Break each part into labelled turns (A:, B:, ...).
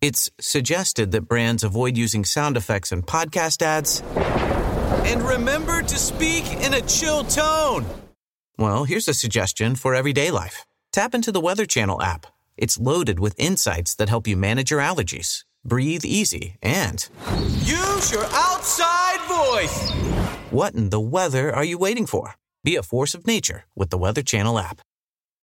A: It's suggested that brands avoid using sound effects in podcast ads. And remember to speak in a chill tone. Well, here's a suggestion for everyday life tap into the Weather Channel app. It's loaded with insights that help you manage your allergies, breathe easy, and use your outside voice. What in the weather are you waiting for? Be a force of nature with the Weather Channel app.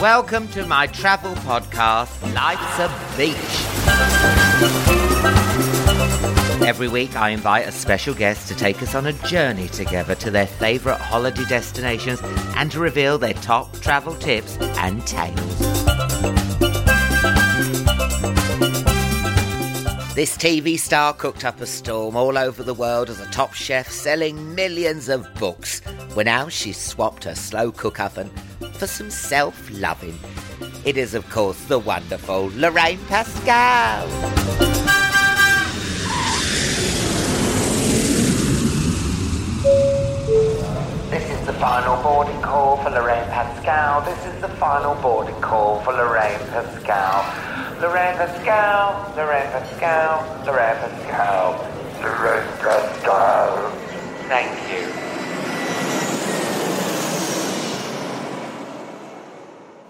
B: Welcome to my travel podcast, Life's a Beach. Every week, I invite a special guest to take us on a journey together to their favourite holiday destinations and to reveal their top travel tips and tales. This TV star cooked up a storm all over the world as a top chef selling millions of books. Well, now she's swapped her slow cook oven for some self loving. It is, of course, the wonderful Lorraine Pascal. This is the final boarding call for Lorraine Pascal. This is the final boarding call for Lorraine Pascal. Lorraine Pascal, Lorraine Pascal, Lorraine Pascal, Lorraine Pascal. Thank you.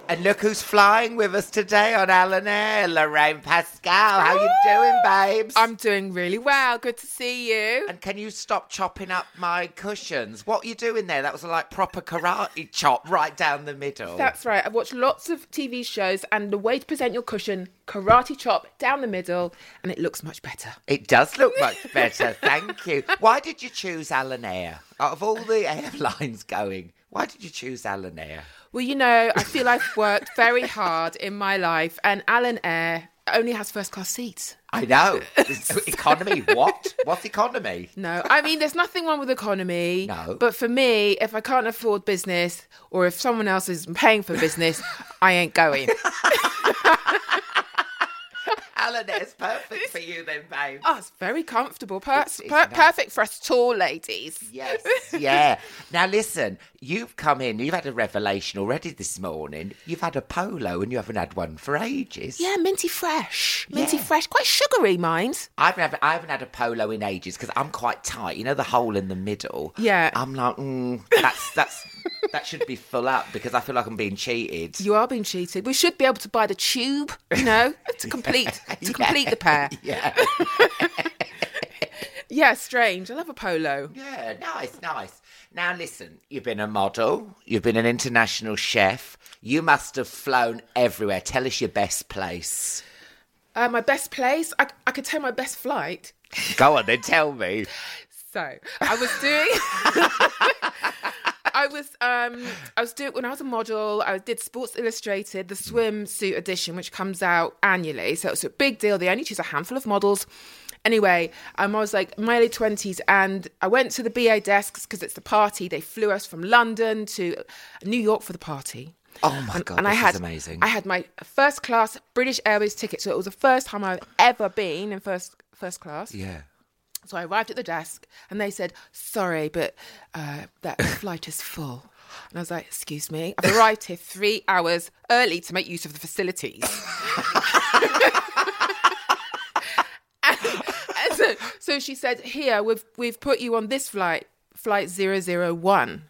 B: And look who's flying with us today on Alan Air, Lorraine Pascal. How you doing, babes?
C: I'm doing really well. Good to see you.
B: And can you stop chopping up my cushions? What are you doing there? That was like proper karate chop right down the middle.
C: That's right. I've watched lots of TV shows, and the way to present your cushion, karate chop down the middle, and it looks much better.
B: It does look much better, thank you. Why did you choose Alan Air? Out of all the airlines going, why did you choose Alan Air?
C: Well, you know, I feel I've worked very hard in my life, and Alan Air only has first class seats.
B: I know. economy, what? What economy?
C: No, I mean, there's nothing wrong with economy.
B: No.
C: But for me, if I can't afford business, or if someone else is paying for business, I ain't going.
B: Alan Air's perfect for you then, babe.
C: Oh, it's very comfortable. Per-
B: it's
C: per-
B: nice.
C: Perfect for us tall ladies.
B: Yes, yeah. Now listen, you've come in, you've had a revelation already this morning. You've had a polo and you haven't had one for ages.
C: Yeah, minty fresh. Minty
B: Yeah.
C: fresh. Quite sugary, mind.
B: I haven't, had, I haven't had a polo in ages because I'm quite tight. You know the hole in the middle.
C: Yeah.
B: I'm like, mm, that's that's that should be full up because I feel like I'm being cheated.
C: You are being cheated. We should be able to buy the tube, you know, to complete to complete the pair.
B: yeah,
C: Yeah, strange. I love a polo.
B: yeah, nice, nice. Now listen, you've been a model, you've been an international chef. You must have flown everywhere. Tell us your best place.
C: Uh, my best place. I, I could tell my best flight.
B: Go on, then tell me.
C: So I was doing. I was um I was doing when I was a model. I did Sports Illustrated, the swimsuit edition, which comes out annually. So it's a big deal. They only choose a handful of models. Anyway, um, I was like in my early twenties, and I went to the BA desks because it's the party. They flew us from London to New York for the party.
B: Oh my god,
C: and
B: this
C: I had
B: is amazing.
C: I had my first class British Airways ticket, so it was the first time I've ever been in first first class.
B: yeah.
C: So I arrived at the desk and they said, Sorry, but uh, that flight is full. And I was like, Excuse me, I've arrived here three hours early to make use of the facilities. and, and so, so she said, Here, we've, we've put you on this flight, flight 001.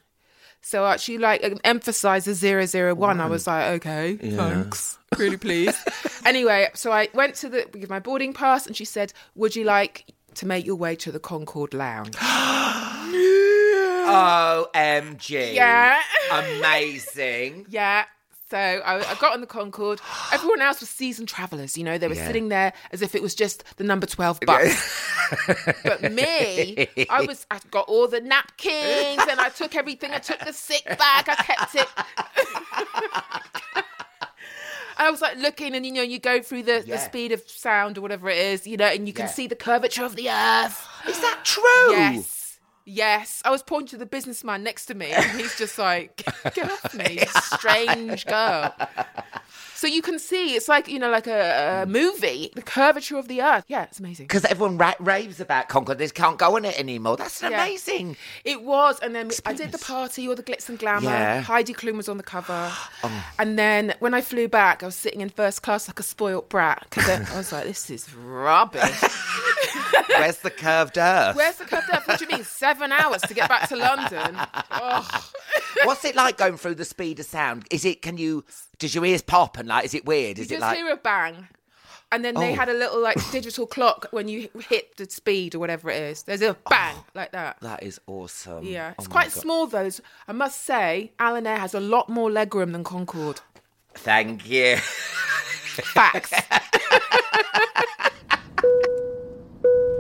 C: So uh, she like emphasised the zero zero one. I was like, okay, thanks, really pleased. anyway, so I went to the give my boarding pass, and she said, "Would you like to make your way to the Concord Lounge?"
D: OMG.
C: Yeah.
D: Amazing.
C: Yeah. So I, I got on the Concorde. Everyone else was seasoned travellers. You know, they were sitting there as if it was just the number twelve bus. but me, I was. I got all the napkins, and I took everything. I took the sick bag. I kept it. I was like looking, and you know, you go through the, the
D: Yeah.
C: speed of sound or whatever it is, you know, and you can
D: Yeah.
C: see the curvature of the earth.
D: Is that true?
C: Yes. Yes. I was pointing to the businessman next to me, and he's just like, get off me, you strange girl. So you can see it's like, you know, like a, a movie, the curvature of the earth. Yeah, it's amazing.
D: Because everyone ra- raves about Concord. They can't go on it anymore. That's an
C: Yeah.
D: amazing.
C: It was, and then I did the party, all the glitz and glamour.
D: Yeah.
C: Heidi Klum was on the cover, and then when I flew back, I was sitting in first class like a spoilt brat because I was like, "This is rubbish."
D: Where's the curved earth?
C: Where's the curved earth? What do you mean? Seven hours to get back to London? Oh.
D: What's it like going through the speed of sound? Is it? Can you? Does your ears pop and like? Is it weird? Is
C: you
D: it
C: just
D: like?
C: hear a bang and then they
D: Oh.
C: had a little like digital clock when you hit the speed or whatever it is there's a bang like that
D: Oh, That is awesome.
C: yeah it's
D: Oh my
C: quite
D: God.
C: small though It's- i must say alan air has a lot more legroom than concord
D: Thank you.
C: facts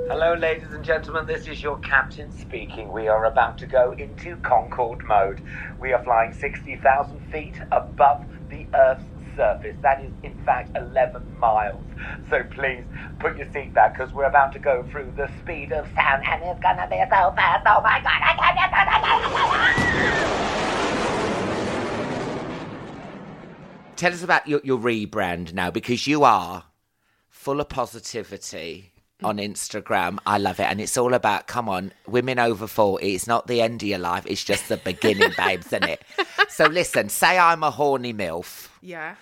B: Hello, ladies and gentlemen. This is your captain speaking. We are about to go into Concorde mode. We are flying 60,000 feet above the Earth's surface. That is, in fact, 11 miles. So please put your seat back because we're about to go through the speed of sound and it's gonna be so fast. Oh my god, I can't, I can't, I can't, I can't.
D: Tell us about your, your rebrand now because you are full of positivity on Instagram. I love it. And it's all about, come on, women over 40. It's not the end of your life, it's just the beginning, babes, isn't it? So listen, say I'm a horny MILF.
C: yeah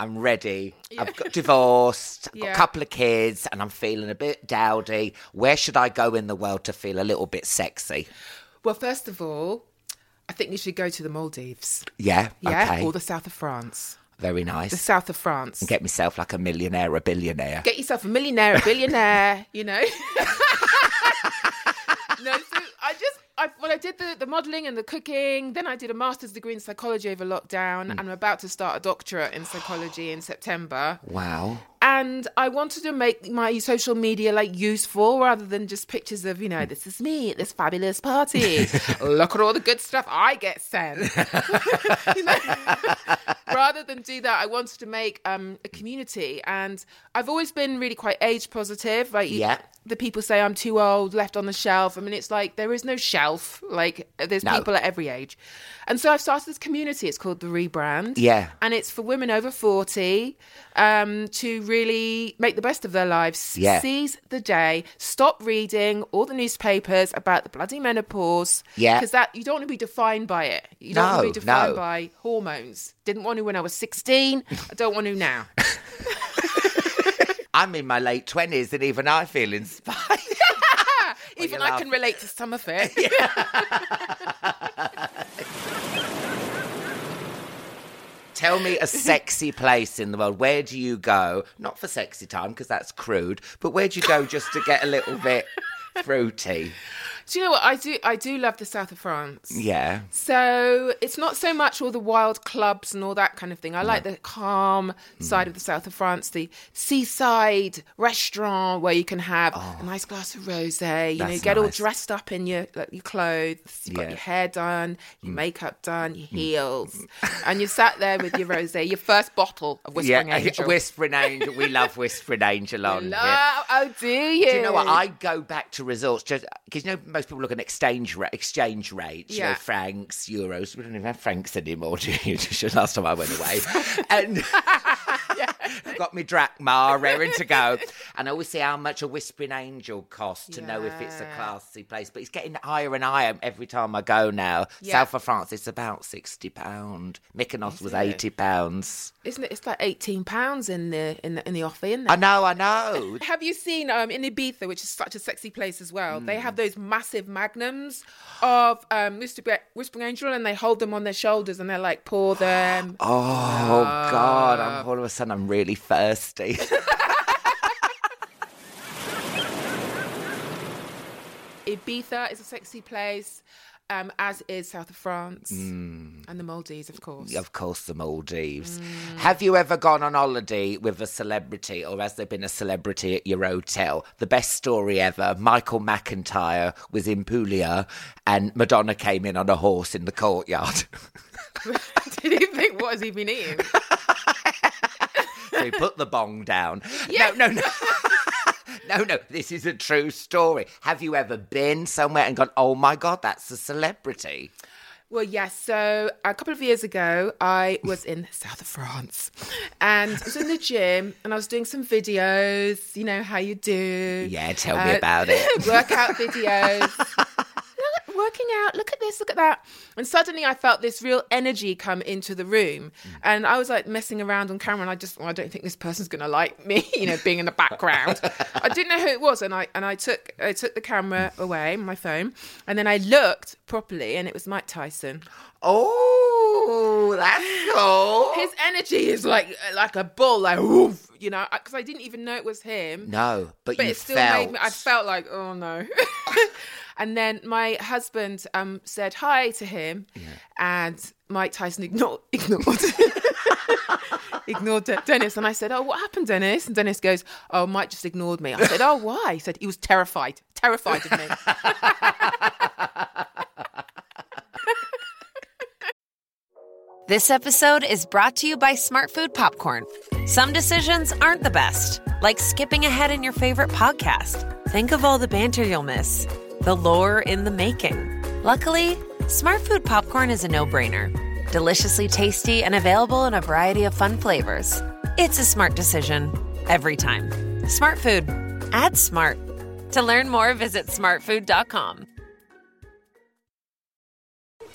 D: I'm ready. I've got divorced, I've got
C: Yeah.
D: a couple of kids, and I'm feeling a bit dowdy. Where should I go in the world to feel a little bit sexy?
C: well first of all i think you should go to the maldives
D: Yeah.
C: yeah
D: Okay.
C: or the south of france
D: Very
C: the
D: nice.
C: south of france get,
D: Get myself like a millionaire, a billionaire.
C: yourself a millionaire a billionaire you know no so i just I, well, I did the, the modelling and the cooking. Then I did a master's degree in psychology over lockdown, and I'm about to start a doctorate in psychology in September.
D: Wow.
C: And I wanted to make my social media like useful rather than just pictures of you know this is me at this fabulous party. Look at all the good stuff I get sent. You know? rather than do that, I wanted to make um, a community, and I've always been really quite age positive. Like you-
D: Yeah.
C: the people say I'm too old, left on the shelf. I mean, it's like there is no shelf. Like there's
D: No.
C: people at every age, and so I've started this community. It's called the Rebrand.
D: Yeah.
C: and it's for women over forty um, to really make the best of their lives.
D: Yeah.
C: seize the day. Stop reading all the newspapers about the bloody menopause.
D: Yeah.
C: because that you don't want to be defined by it. You don't want
D: No,
C: to be defined
D: no.
C: by hormones. Didn't want to when I was sixteen. I don't want to now.
D: I'm in my late twenties, and even I feel inspired.
C: Even
D: you're
C: I can
D: laughing.
C: relate to some of it.
D: Tell me a sexy place in the world. Where do you go? Not for sexy time, because that's crude. But where do you go just to get a little bit fruity?
C: Do you know what I do? I do love the south of France.
D: Yeah.
C: So it's not so much all the wild clubs and all that kind of thing. I like the calm
D: Mm.
C: side of the south of France, the seaside restaurant where you can have a nice glass of rosé. You know,
D: Oh. That's
C: you get all
D: nice.
C: dressed up in your like, your clothes. You've
D: Yeah. Mm.
C: got your hair done, your makeup done, your heels, and you sat there with your rosé, your first bottle of Whispering
D: yeah.
C: Angel.
D: Whispering Angel. We love Whispering Angel on
C: Hello,
D: here.
C: oh, do you?
D: Do you know what? I go back to resorts just because you know most people look at exchange ra- exchange rates. You know,
C: Yeah.
D: francs, euros. We don't even have francs anymore. Do you? Last time I went away, and got me drachma, raring to go. And I always see how much a Whispering Angel costs to know if it's a
C: Yeah.
D: classy place. But it's getting higher and higher every time I go now.
C: Yeah.
D: South of France, it's about £60. Mykonos was £80. pounds.
C: Isn't it? It's like eighteen pounds in the in the in the offie, isn't it?
D: I know, I know.
C: Have you seen um, in Ibiza, which is such a sexy place as well? They have those massive magnums of um, Whisper- Whispering Angel, and they hold them on their shoulders, and they're like, pour them.
D: Oh, God. I'm, all of a sudden, I'm really thirsty.
C: Ibiza is a sexy place, um, as is South of France and the Maldives, of course.
D: Of course, the Maldives. Have you ever gone on holiday with a celebrity, or has there been a celebrity at your hotel? The best story ever Michael McIntyre was in Puglia, and Madonna came in on a horse in the courtyard.
C: Did you think what has he been eating?
D: so he put the bong down. No, no, no. No, no, this is a true story. Have you ever been somewhere and gone, oh my God, that's a celebrity?
C: Well, yes. So a couple of years ago, I was in south of France, and I was in the gym, and I was doing some videos. You know how you do. Uh,
D: Yeah, tell me about it.
C: workout videos. Look, Working out, look at this, look at that. And suddenly I felt this real energy come into the room.
D: Mm.
C: And I was like messing around on camera and I just, well, I don't think this person's gonna like me, you know, being in the background. I didn't know who it was and I and I took I took the camera
D: Mm.
C: away, my phone, and then I looked properly and it was Mike Tyson.
D: Oh, that's cool.
C: His energy is like like a bull, like woof, you know, because I didn't even know it was him.
D: no, but,
C: but
D: you
C: it still
D: felt.
C: made me. I felt like, oh no. and then my husband um, said hi to him, and Mike Tyson ignored ignored ignored De- Dennis. And I said, oh, what happened, Dennis? And Dennis goes, oh, Mike just ignored me. I said, oh, why? He said he was terrified, terrified of me.
E: This episode is brought to you by Smart Food Popcorn. Some decisions aren't the best, like skipping ahead in your favorite podcast. Think of all the banter you'll miss, the lore in the making. Luckily, Smart Food Popcorn is a no brainer. Deliciously tasty and available in a variety of fun flavors. It's a smart decision every time. Smart Food. Add smart. To learn more, visit smartfood.com.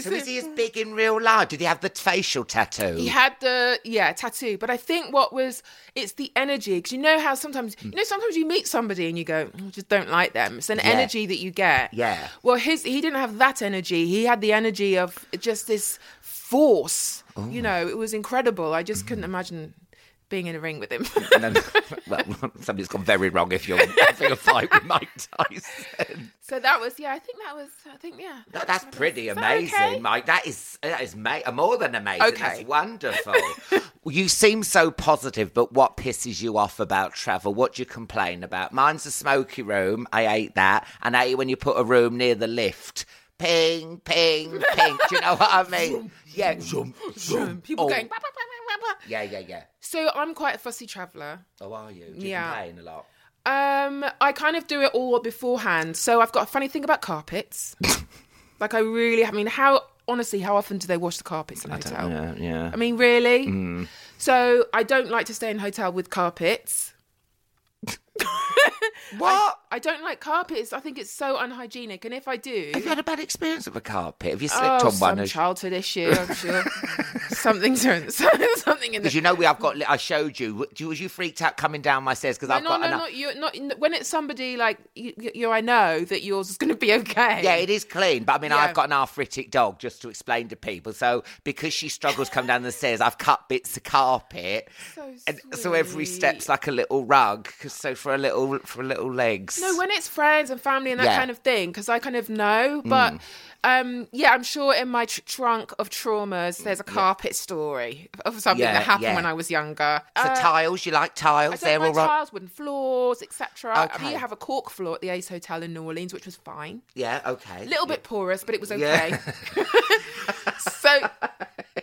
D: So is he as big in real life? Did he have the facial tattoo?
C: He had the yeah tattoo, but I think what was it's the energy because you know how sometimes you
D: Mm.
C: know sometimes you meet somebody and you go "Oh, I just don't like them. It's an energy that you get.
D: Yeah.
C: Well, his he didn't have that energy. He had the energy of just this force.
D: Oh.
C: You know, it was incredible. I just
D: Mm-hmm.
C: couldn't imagine being in a ring with him.
D: And then, well, something's gone very wrong if you're having a fight with Mike Tyson.
C: so that was yeah. I think that was I think yeah.
D: No, that's pretty
C: Is that
D: amazing,
C: okay?
D: Mike. That is that is ma- more than amazing. That's
C: Okay.
D: wonderful. Well, you seem so positive, but what pisses you off about travel? What do you complain about? Mine's the smoky room. I hate that, and I hate when you put a room near the lift. Ping, ping, ping. do you know what I mean? Yeah,
C: People
D: Oh.
C: going. "Bah, bah, bah, bah, bah, bah."
D: yeah, yeah, yeah.
C: So I'm quite a fussy traveller.
D: Oh, are you? Do you
C: Yeah.
D: complain a lot?
C: Um, I kind of do it all beforehand. So I've got a funny thing about carpets. like I really, I mean, how honestly, how often do they wash the carpets in a hotel?
D: Yeah, yeah.
C: I mean, really.
D: Mm.
C: So I don't like to stay in hotel with carpets.
D: What?
C: I don't like carpets. I think it's so unhygienic. And if I do,
D: Have you had a bad experience with a carpet? Have you slipped
C: oh,
D: on one?
C: some
D: as-
C: childhood issue, I'm sure. something's something in there.
D: Because you know we I've got I showed you. you- Was you freaked out coming down my stairs? Because I've
C: no,
D: got
C: no,
D: an-
C: not you. Not n- when it's somebody like you, you- you. I know that yours is going to be okay.
D: Yeah, it is clean, but I mean,
C: Yeah.
D: I've got an arthritic dog just to explain to people. So because she struggles come down the stairs, I've cut bits of carpet,
C: So
D: and so every
C: sweet.
D: step's like a little rug. 'cause- So for a little for little legs.
C: No, when it's friends and family and that
D: Yeah. Mm.
C: kind of thing, because I kind of know. But um, yeah, I'm sure in my tr- trunk of traumas, there's a carpet story of something
D: Yeah,
C: that happened
D: yeah.
C: when I was younger.
D: so tiles, you like
C: uh, I
D: tiles?
C: don't
D: They're all
C: like
D: right.
C: tiles, wooden floors, etc. I
D: Okay.
C: do have a cork floor at the Ace Hotel in New Orleans, which was fine.
D: Yeah, okay.
C: A little bit porous, but it was okay.
D: Yeah.
C: so,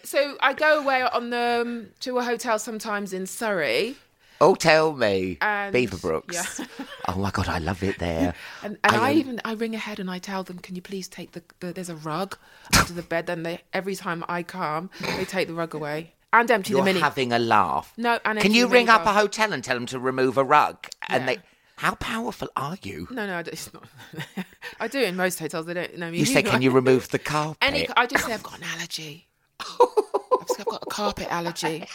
C: so I go away on the um, to a hotel sometimes in Surrey.
D: Oh, tell me,
C: And-
D: Beaverbrooks.
C: yeah.
D: oh my God, I love it there.
C: And, and I,
D: I, um,
C: even I ring ahead and I tell them, can you please take the, the there's a rug under the bed. Then they every time I come, they take the rug away and empty
D: You're
C: the mini.
D: having a laugh.
C: No, and
D: can
C: empty
D: you
C: the
D: ring
C: mini
D: up a
C: bar.
D: hotel and tell them to remove a rug? And
C: Yeah.
D: they, how powerful are you?
C: No, no, I don't- it's not. I do in most hotels. They don't know me.
D: You say, can you remove the carpet?
C: Any? I just say I've got an allergy. I've just- I've got a carpet allergy.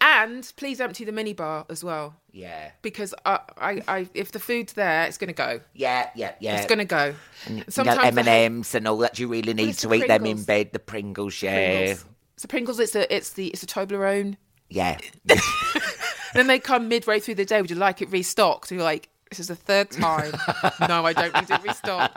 C: And please empty the minibar as well,
D: yeah,
C: because I, I, I if the food's there, it's going to go.
D: yeah, yeah, yeah.
C: It's going to go.
D: you know, M
C: the
D: Eh. and M's and all that. You really need
C: it's
D: to
C: the
D: eat them in
C: Pringles.
D: bed. The Pringles, yeah,
C: Pringles. So Pringles, it's a, it's the, it's a Toblerone.
D: yeah.
C: then they come midway through the day. Would you like it restocked? And you're like, this is the third time. no, I don't need it restocked.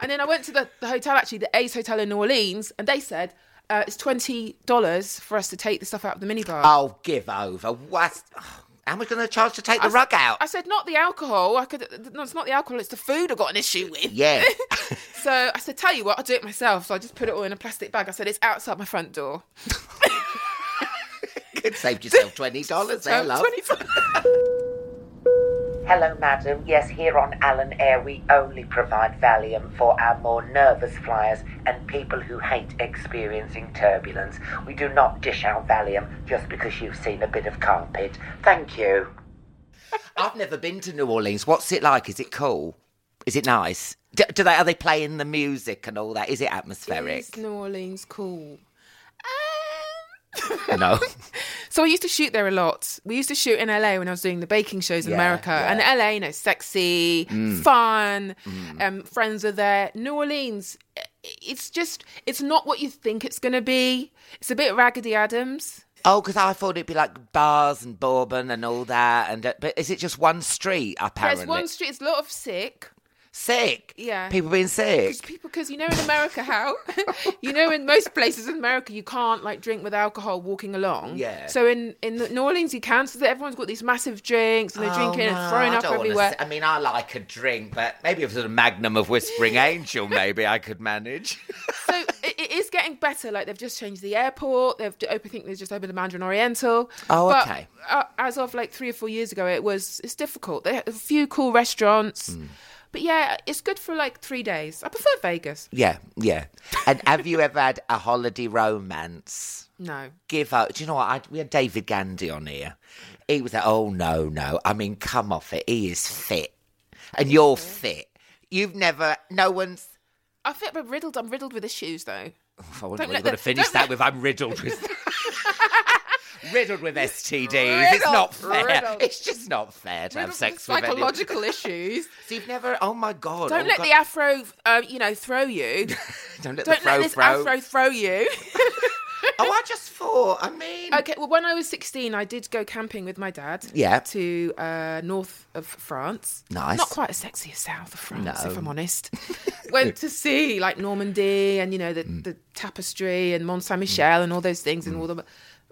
C: and then I went to the, the hotel, actually, the Ace Hotel in New Orleans, and they said uh, it's twenty dollars for us to take the stuff out of the minibar.
D: oh, give over. What? How much going to charge to take the rug out?
C: I said not the alcohol. I could. No, it's not the alcohol. It's the food I've got an issue with.
D: yeah.
C: So I said, tell you what, I'll do it myself. So I just put it all in a plastic bag. I said it's outside my front door.
D: Could Saved yourself twenty dollars there,
C: Um,
D: love.
C: $20.
B: Hello, madam. Yes, here on Allen Air, we only provide Valium for our more nervous flyers and people who hate experiencing turbulence. We do not dish out Valium just because you've seen a bit of carpet. Thank you.
D: I've never been to New Orleans. What's it like? Is it cool? Is it nice? Do, do they are they playing the music and all that? Is it atmospheric?
C: Is New Orleans cool? Um,
D: No.
C: So I used to shoot there a lot. We used to shoot in LA when I was doing the baking shows in
D: Yeah,
C: America. And
D: yeah. Mm.
C: LA, you know, sexy, fun, um, friends are there. New Orleans, i- it's just, it's not what you think it's going to be. It's a bit Raggedy Adams.
D: oh, because I thought it'd be like bars and bourbon and all that. And uh, but is it just one street? Apparently,
C: There's one street, it's a lot of sick.
D: sick.
C: Yeah.
D: people being
C: Because
D: sick.
C: people, because you know in America how, you know in most places in America you can't like drink with alcohol walking along.
D: Yeah.
C: So in in New Orleans you can. So that everyone's got these massive drinks and they're drinking and throwing
D: Oh, I
C: up
D: don't wanna
C: everywhere.
D: s- I mean, I like a drink, but maybe if it was a Magnum of Whispering Angel, maybe I could manage.
C: so it, it is getting better. Like they've just changed the airport. They've d- opened. I think they've just opened the Mandarin Oriental.
D: Oh,
C: But,
D: okay.
C: uh, as of like three or four years ago, it was it's difficult. They have a few cool restaurants,
D: Hmm.
C: but yeah, it's good for like three days. I prefer Vegas.
D: yeah, yeah. And have you ever had a holiday romance?
C: No,
D: give up. Do you know what? I, we had David Gandy on here. He was like, oh, no, no. I mean, come off it. He is fit. And you're fit. You've never, no one's.
C: I feel I'm riddled. I'm riddled with issues though.
D: I wonder
C: Don't let
D: what you're going to
C: the-
D: finish
C: don't
D: that
C: let-
D: with. I'm riddled with. riddled with STDs. it's not fair.
C: riddled.
D: It's just not fair to
C: Riddled
D: have
C: with
D: sex with anyone.
C: psychological issues.
D: So you've never, oh my God.
C: Don't
D: oh
C: let
D: God.
C: the afro, uh, you know, throw you.
D: Don't let
C: Don't
D: the fro
C: let this
D: fro.
C: afro throw you.
D: Oh, I just thought, I mean.
C: Okay, well, when I was 16, I did go camping with my dad.
D: Yeah.
C: To uh, north of France.
D: Nice.
C: Not quite as sexy as south of France,
D: No.
C: if I'm honest. Went to see like Normandy and, you know, the,
D: Mm.
C: the tapestry and Mont Saint Michel and all those things and all the.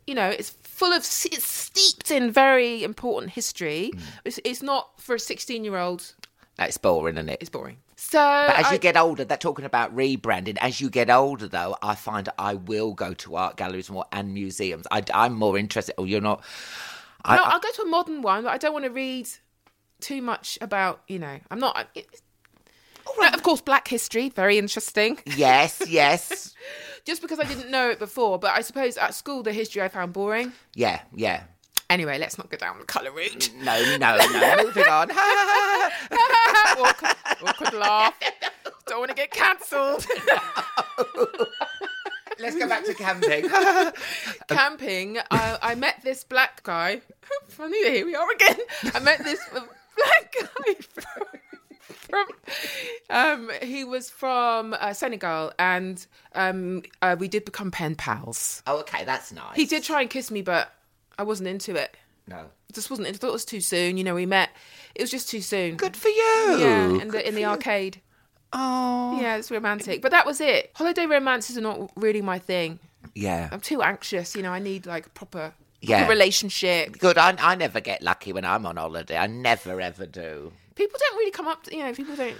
C: You know, it's full of, it's steeped in very important history.
D: Mm.
C: It's, it's not for a 16 year old,
D: That's boring, isn't it?
C: it's boring. So,
D: But as
C: I-
D: you get older, they're talking about rebranding. As you get older, though, I find I will go to art galleries more and museums. I, am more interested. Oh, you're not. I,
C: no,
D: I-
C: I'll go to a modern one, but I don't want to read too much about, you know, I'm not. I- it- No, of course, black history, very interesting.
D: yes, yes,
C: Just because I didn't know it before, but I suppose at school the history I found boring.
D: yeah, yeah.
C: Anyway, let's not go down the colour route.
D: No, no, no. Moving on.
C: awkward, awkward laugh. Don't want to get cancelled.
D: Let's go back to camping. Um,
C: camping, I, I met this black guy. Funny, here we are again. I met this black guy from. from um, he was from uh, Senegal, and um, uh, we did become pen pals.
D: oh, okay, that's nice.
C: He did try and kiss me, but I wasn't into it.
D: No.
C: Just wasn't. I thought it was too soon. You know, we met. It was just too soon.
D: Good for you.
C: Yeah, in the in the arcade. Oh. Yeah, it's romantic. But that was it. Holiday romances are not really my thing.
D: Yeah.
C: I'm too anxious, you know, I need like proper,
D: Yeah.
C: proper relationship.
D: Good. I, I never get lucky when I'm on holiday. I never ever do.
C: People don't really come up to, you know, people don't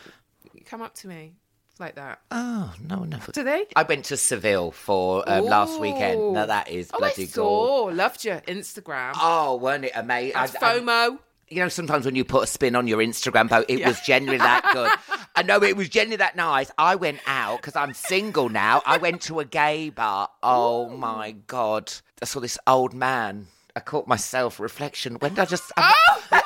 C: come up to me like that.
D: Oh no, never.
C: Do they?
D: I went to Seville for um, last
C: Ooh.
D: weekend. Now that is
C: Oh,
D: bloody
C: I
D: cool.
C: saw. Loved your Instagram.
D: Oh, weren't it amazing?
C: That's FOMO.
D: you know, sometimes when you put a spin on your Instagram post, it was generally that good. I know it was generally that nice. I went out because I'm single now. I went to a gay bar. Oh my god! I saw this old man. I caught myself reflection. When did I just? I,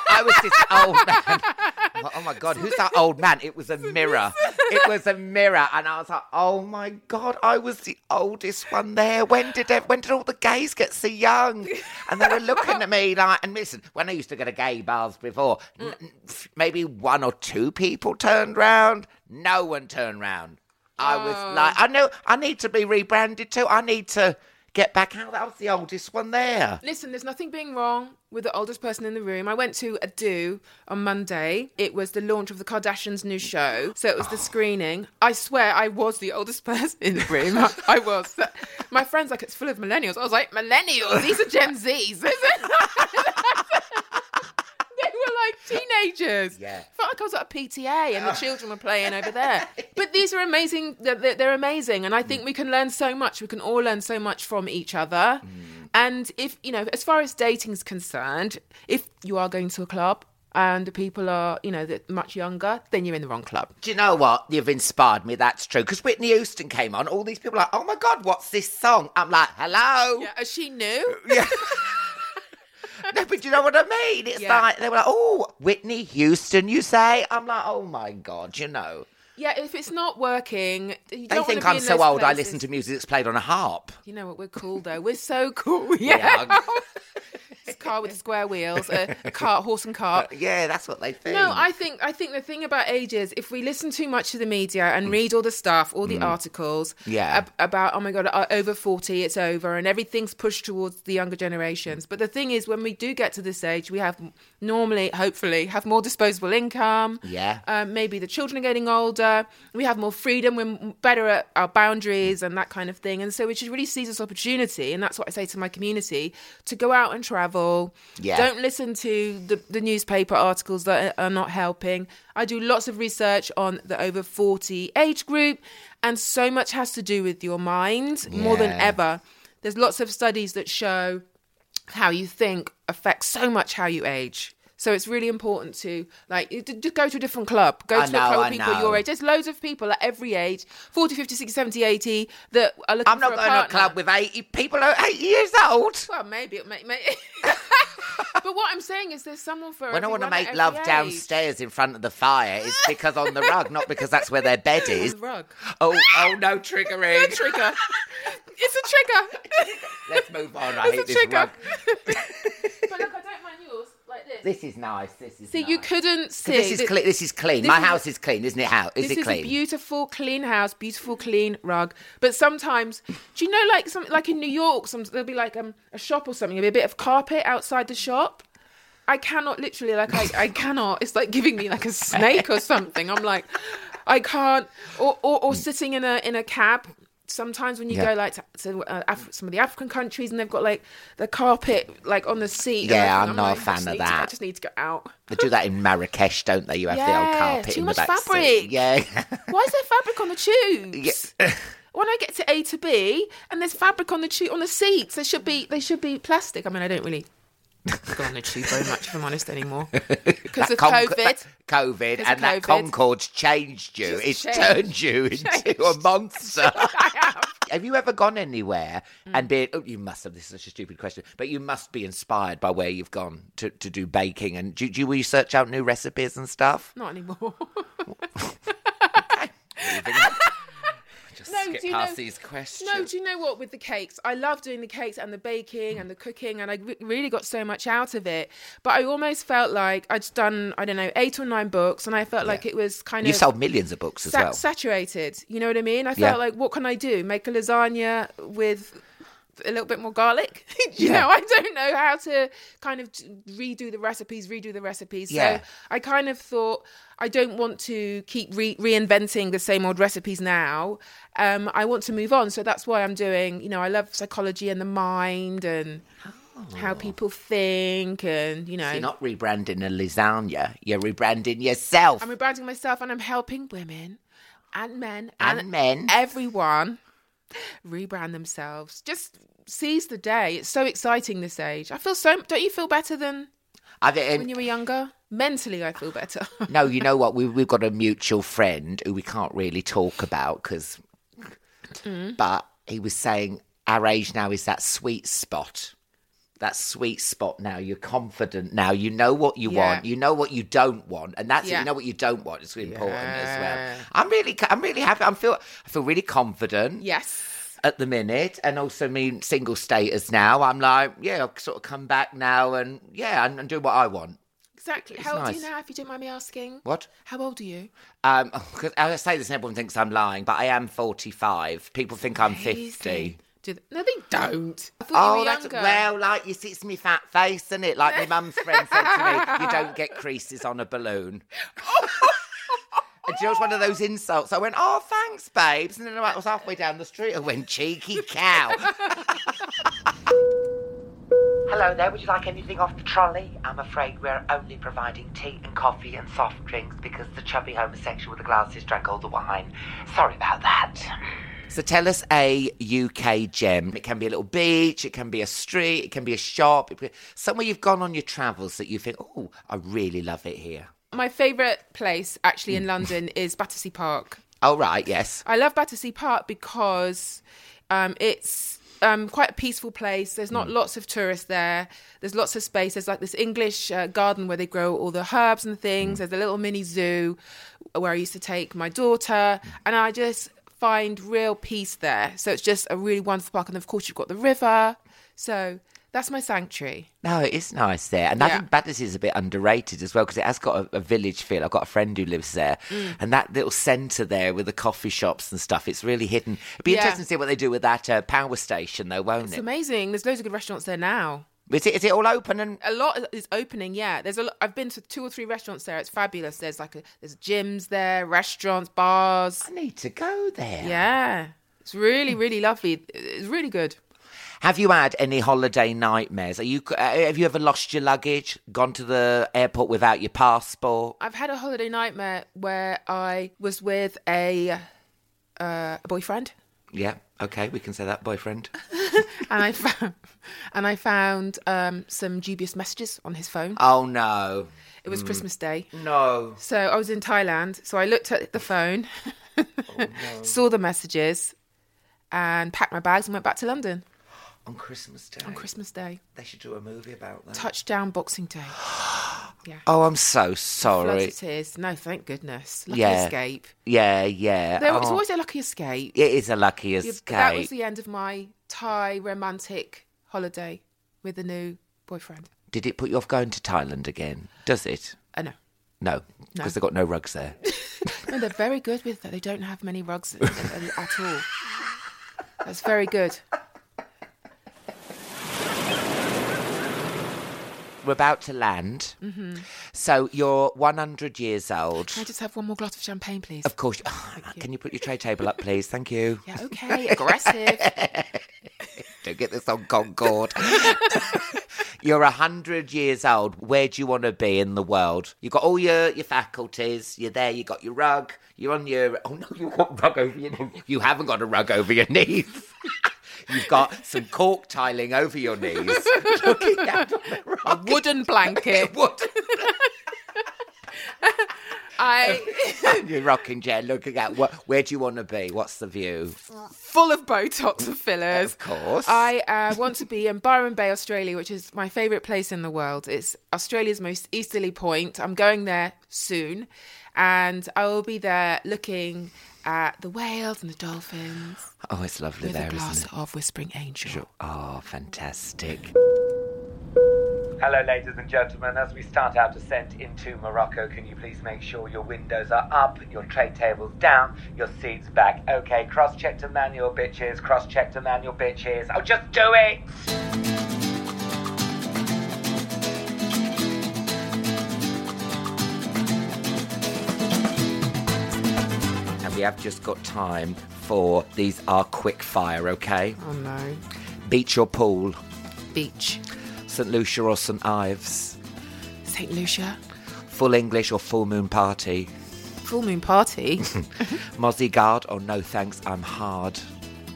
D: I was this old man. Oh my god! Who's that old man? It was a mirror. It was a mirror, and I was like, "Oh my god! I was the oldest one there. When did ev- when did all the gays get so young?" And they were looking at me like, and listen, when I used to go to gay bars before, n- n- f- maybe one or two people turned round. No one turned round. I was like, "I know I need to be rebranded too. I need to get back out." I was the oldest one there.
C: Listen, there's nothing being wrong with the oldest person in the room. I went to a do on Monday. It was the launch of the Kardashians' new show, so it was the
D: Oh.
C: screening. I swear, I was the oldest person in the room. I, I was. My friends like it's full of millennials. I was like, millennials? These are Gen Zs. they were like teenagers.
D: Yeah. Ah.
C: felt like I was at a PTA and the children were playing over there. But these are amazing. They're, they're- they're amazing, and I
D: Mm.
C: think we can learn so much. We can all learn so much from each other.
D: Mm.
C: And if you know, as far as dating's concerned, if you are going to a club and the people are you know that much younger, then you're in the wrong club.
D: Do you know what? You've inspired me. That's true. Because Whitney Houston came on. All these people are like, "Oh my god, what's this song?" I'm like, "Hello."
C: Yeah, she knew.
D: No, but you know what I mean? It's
C: Yeah.
D: like they were like, "Oh, Whitney Houston," you say. I'm like, "Oh my god," you know.
C: Yeah, if it's not working, you
D: They
C: don't wanna
D: think
C: be
D: I'm
C: in
D: so
C: those
D: old. I
C: places.
D: listen to music that's played on a harp.
C: You know what? We're cool though. We're so cool.
D: Yeah.
C: Yeah. It's a car with square wheels, a cart, horse and cart.
D: Yeah, that's what they think.
C: No, I think I think the thing about age is if we listen too much to the media and read all the stuff, all the articles,
D: Mm. Yeah.
C: ab- about oh my god, uh, over forty, it's over, and everything's pushed towards the younger generations. But the thing is, when we do get to this age, we have normally, hopefully, have more disposable income.
D: Yeah.
C: um, maybe the children are getting older. We have more freedom. We're m- better at our
D: Mm.
C: boundaries and that kind of thing. And so we should really seize this opportunity. And that's what I say to my community: to go out and travel.
D: Yeah.
C: Don't listen to the, the newspaper articles that are are not helping. I do lots of research on the over 40 age group, and so much has to do with your mind more than
D: Yeah.
C: ever. There's lots of studies that show how you think affects so much how you age. So it's really important to like you d- just go to a different club, go
D: I
C: to
D: know,
C: a club
D: I
C: with people
D: know.
C: your age. There's loads of people at every age, 40, 50, 60, 70, 80 that are looking
D: I'm not
C: for a
D: going to a
C: partner.
D: club with 80 people who are 80 years old.
C: Well, maybe it may. may- but what I'm saying is, there's someone for.
D: When I want to
C: everyone at
D: make
C: every
D: love
C: age.
D: downstairs in front of the fire, it's because on the rug, not because that's where their bed is.
C: The rug.
D: Oh, oh no, triggering.
C: Trigger. it's a trigger.
D: Let's move on. I hate
C: it's a
D: this
C: trigger.
D: rug.
C: but look, I don't mind yours like this.
D: This is nice. This is
C: See,
D: nice.
C: you couldn't see.
D: This is,
C: that-
D: clean. this is clean.
C: this
D: My
C: is-
D: house is clean, isn't it? How is
C: this
D: it
C: is
D: clean?
C: a beautiful, clean house, beautiful, clean rug. But sometimes, do you know, like some, like in New York, some there'll be like um, a shop or something, there'll be a bit of carpet outside the shop. I cannot literally, like, I, I cannot. It's like giving me like a snake or something. I'm like, I can't. Or or, or sitting in a in a cab. Sometimes when you go
D: Yeah.
C: like to, to uh, Af- some of the African countries and they've got like the carpet like on the seat. and
D: Yeah,
C: everything,
D: I'm not a
C: I
D: fan
C: just
D: of
C: need to- I
D: that.
C: just need to get out.
D: They do that in Marrakesh, don't they? You have the old
C: Yeah,
D: carpet
C: too
D: in
C: much
D: the back seat.
C: fabric.
D: Yeah.
C: Why is there fabric on the tubes? when I get to A to B, and there's fabric on the tube on the seats, they should be they should be plastic. I mean, I don't really go on the tube very much, if I'm honest, anymore because of
D: Con-
C: COVID.
D: that- COVID,
C: of
D: and that
C: COVID.
D: Concord's changed you.
C: Just
D: it's
C: changed.
D: turned you into a monster.
C: I Mm. am.
D: have you ever gone anywhere and been? Oh, you must have. This is such a stupid question, but you must be inspired by where you've gone to, to do baking. And do, do you research out new recipes and stuff?
C: Not anymore.
D: Moving on. Just
C: No, no,
D: get
C: do you
D: past
C: know-
D: these questions.
C: No, do you know what? With the cakes, I love doing the cakes and the baking and the cooking, and I re- really got so much out of it. But I almost felt like I'd done, I don't know, eight or nine books, and I felt like it was kind
D: You've
C: of.
D: sold millions of books as
C: sa-
D: well.
C: saturated. You know what I mean? I felt
D: Yeah.
C: like, what can I do? Make a lasagna with a little bit more garlic. you
D: Yeah.
C: know, I don't know how to kind of redo the recipes, redo the recipes.
D: Yeah.
C: So I kind of thought I don't want to keep re- reinventing the same old recipes now. Um, I want to move on. So that's why I'm doing. You know, I love psychology and the mind and how people think, and you know,
D: You're Oh. not rebranding a lasagna. You're rebranding yourself.
C: I'm rebranding myself and I'm helping women and men
D: And men.
C: everyone rebrand themselves. Just seize the day. It's so exciting this age. I feel so. Don't you feel better than
D: I've, um,
C: when you were younger? Mentally, I feel better.
D: no, you know what? We, we've got a mutual friend who we can't really talk about because.
C: Mm.
D: But he was saying our age now is that sweet spot. That sweet spot now. You're confident now. You know what you
C: Yeah.
D: want. You know what you don't want, and that's it.
C: Yeah.
D: you know what you don't want. It's important as
C: Yeah.
D: well. I'm really, co- I'm really happy. I'm feel, I feel really confident.
C: yes.
D: at the minute, and also me single status now. I'm like, yeah, I've sort of come back now, and yeah, and, and do what I want.
C: Exactly. How old are you
D: nice.
C: now, if you don't mind me asking?
D: What?
C: How old are you?
D: Um, 'cause I say this, and everyone thinks I'm lying, but I am 45. People think I'm 50.
C: Do they, no, they don't. I thought you
D: Oh,
C: were
D: that's
C: younger.
D: well, like you see, it's me fat face, isn't it? Like my mum's friend said to me, you don't get creases on a balloon. And you know, it was one of those insults. I went, oh, thanks, babes. And then I was halfway down the street. I went, cheeky cow.
B: Hello there, would you like anything off the trolley? I'm afraid we're only providing tea and coffee and soft drinks because the chubby homosexual with the glasses drank all the wine. Sorry about that.
D: So tell us a UK gem. It can be a little beach, it can be a street, it can be a shop, it can be somewhere you've gone on your travels that you think, oh, I really love it here.
C: My favourite place, actually,
D: Hmm.
C: in London is Battersea Park.
D: Oh, right, yes.
C: I love Battersea Park because um, it's um, quite a peaceful place. There's not lots of tourists there. There's lots of space. There's like this English uh, garden where they grow all the herbs and things. There's a little mini zoo where I used to take my daughter, and I just find real peace there. So it's just a really wonderful park. And of course, you've got the river. So that's my sanctuary.
D: No, it is nice there. And I
C: Yeah.
D: think Battersea is a bit underrated as well because it has got a, a village feel. I've got a friend who lives there.
C: Mm.
D: And that little centre there with the coffee shops and stuff, it's really hidden. It'd be
C: Yeah.
D: interesting to see what they do with that uh, power station, though, won't
C: It's
D: it?
C: amazing. There's loads of good restaurants there now.
D: Is it? Is it all open and.
C: a lot is opening. Yeah, there's a. Lot, I've been to two or three restaurants there. It's fabulous. There's like a, there's gyms there, restaurants, bars.
D: I need to go there.
C: Yeah, it's really really lovely. It's really good.
D: Have you had any holiday nightmares? Are you? uh, Have you ever lost your luggage? Gone to the airport without your passport?
C: I've had a holiday nightmare where I was with a uh, a boyfriend,
D: Yeah. Okay, we can say that, boyfriend.
C: and I found and I found um, some dubious messages on his phone.
D: Oh no,
C: It was Christmas Day.
D: no.
C: So I was in Thailand. So I looked at the phone, saw the messages, and packed my bags and went back to London
D: On Christmas Day,
C: on Christmas Day.
D: they should do a movie about that.
C: touchdown Boxing Day.
D: oh, I'm so
C: Floods
D: sorry.
C: it is. No, thank goodness. Lucky
D: Yeah.
C: escape.
D: Yeah, yeah.
C: There was
D: Oh,
C: always a lucky escape.
D: it is a lucky
C: Yeah,
D: escape.
C: but That was the end of my Thai romantic holiday with a new boyfriend.
D: Did it put you off going to Thailand again? Does it?
C: I know.
D: No, because they've got no rugs there.
C: No, they're very good with that. They don't have many rugs at, at- at all. That's very good.
D: We're about to land.
C: Mm-hmm.
D: So you're 100 years old.
C: Can I just have one more glot of champagne, please?
D: Of course. Can you put your tray table up, please? Thank you.
C: Yeah, okay. Aggressive.
D: Don't get this on Concord. You're 100 years old. Where do you want to be in the world? You've got all your, your faculties. You're there. you got your rug. You're on your. Oh, no, you've got rug over your knees. You haven't got a rug over your knees. You've got some cork tiling over your knees. Looking down on the
C: a
D: rug.
C: wooden blanket.
D: What?
C: I
D: Your rocking chair looking out. What, where do you want to be? What's the view?
C: full of Botox and fillers.
D: Of course.
C: I uh, want to be in Byron Bay, Australia, which is my favourite place in the world. It's Australia's most easterly point. I'm going there soon, and I will be there looking at the whales and the dolphins
D: Oh, it's lovely
C: with
D: there,
C: a glass
D: not it?
C: of Whispering Angel.
D: Oh, fantastic.
B: Hello, ladies and gentlemen. As we start our descent into Morocco, can you please make sure your windows are up, your tray tables down, your seats back? Okay, cross check to manual, bitches. Cross check to manual, bitches. Oh, just do it!
D: And we have just got time for these are quick fire, okay?
C: Oh no.
D: Beach or pool?
C: Beach.
D: St. Lucia or St. Ives?
C: St. Lucia.
D: Full English or full moon party?
C: Full moon party.
D: Mozzie guard or no thanks, I'm hard.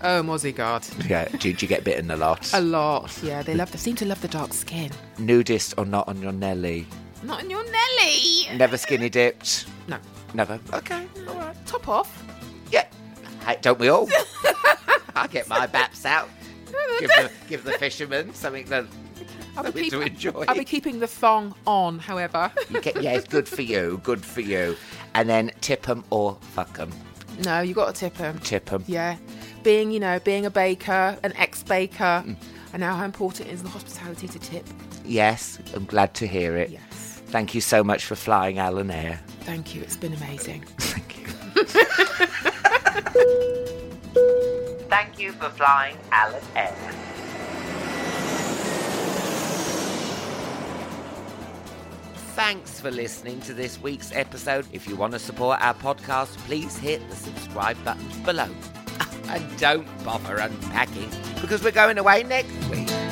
C: oh, Mozzie guard.
D: Yeah, dude, you get bitten a lot.
C: A lot. Yeah, they love. They seem to love the dark skin.
D: Nudist or not on your Nelly?
C: Not in your Nelly.
D: Never skinny dipped?
C: No.
D: Never. Okay, all right.
C: Top off.
D: Yeah. Hey, don't we all? I get my baps out. Give the, give the fishermen something that,
C: I'll
D: something
C: be,
D: to
C: keep-
D: enjoy.
C: I'll be keeping the thong on, however.
D: You get- yeah, it's good for you. Good for you. And then tip them or fuck them.
C: no, you got to tip him.
D: Tip them.
C: Yeah. Being, you know, being a baker, an ex baker, I know how important it is in the hospitality to tip.
D: Yes, I'm glad to hear it.
C: Yes.
D: Thank you so much for flying Alan Air.
C: Thank you. It's been amazing.
D: Thank you.
B: Thank you for flying Alan Air.
D: Thanks for listening to this week's episode. If you want to support our podcast, please hit the subscribe button below. And don't bother unpacking because we're going away next week.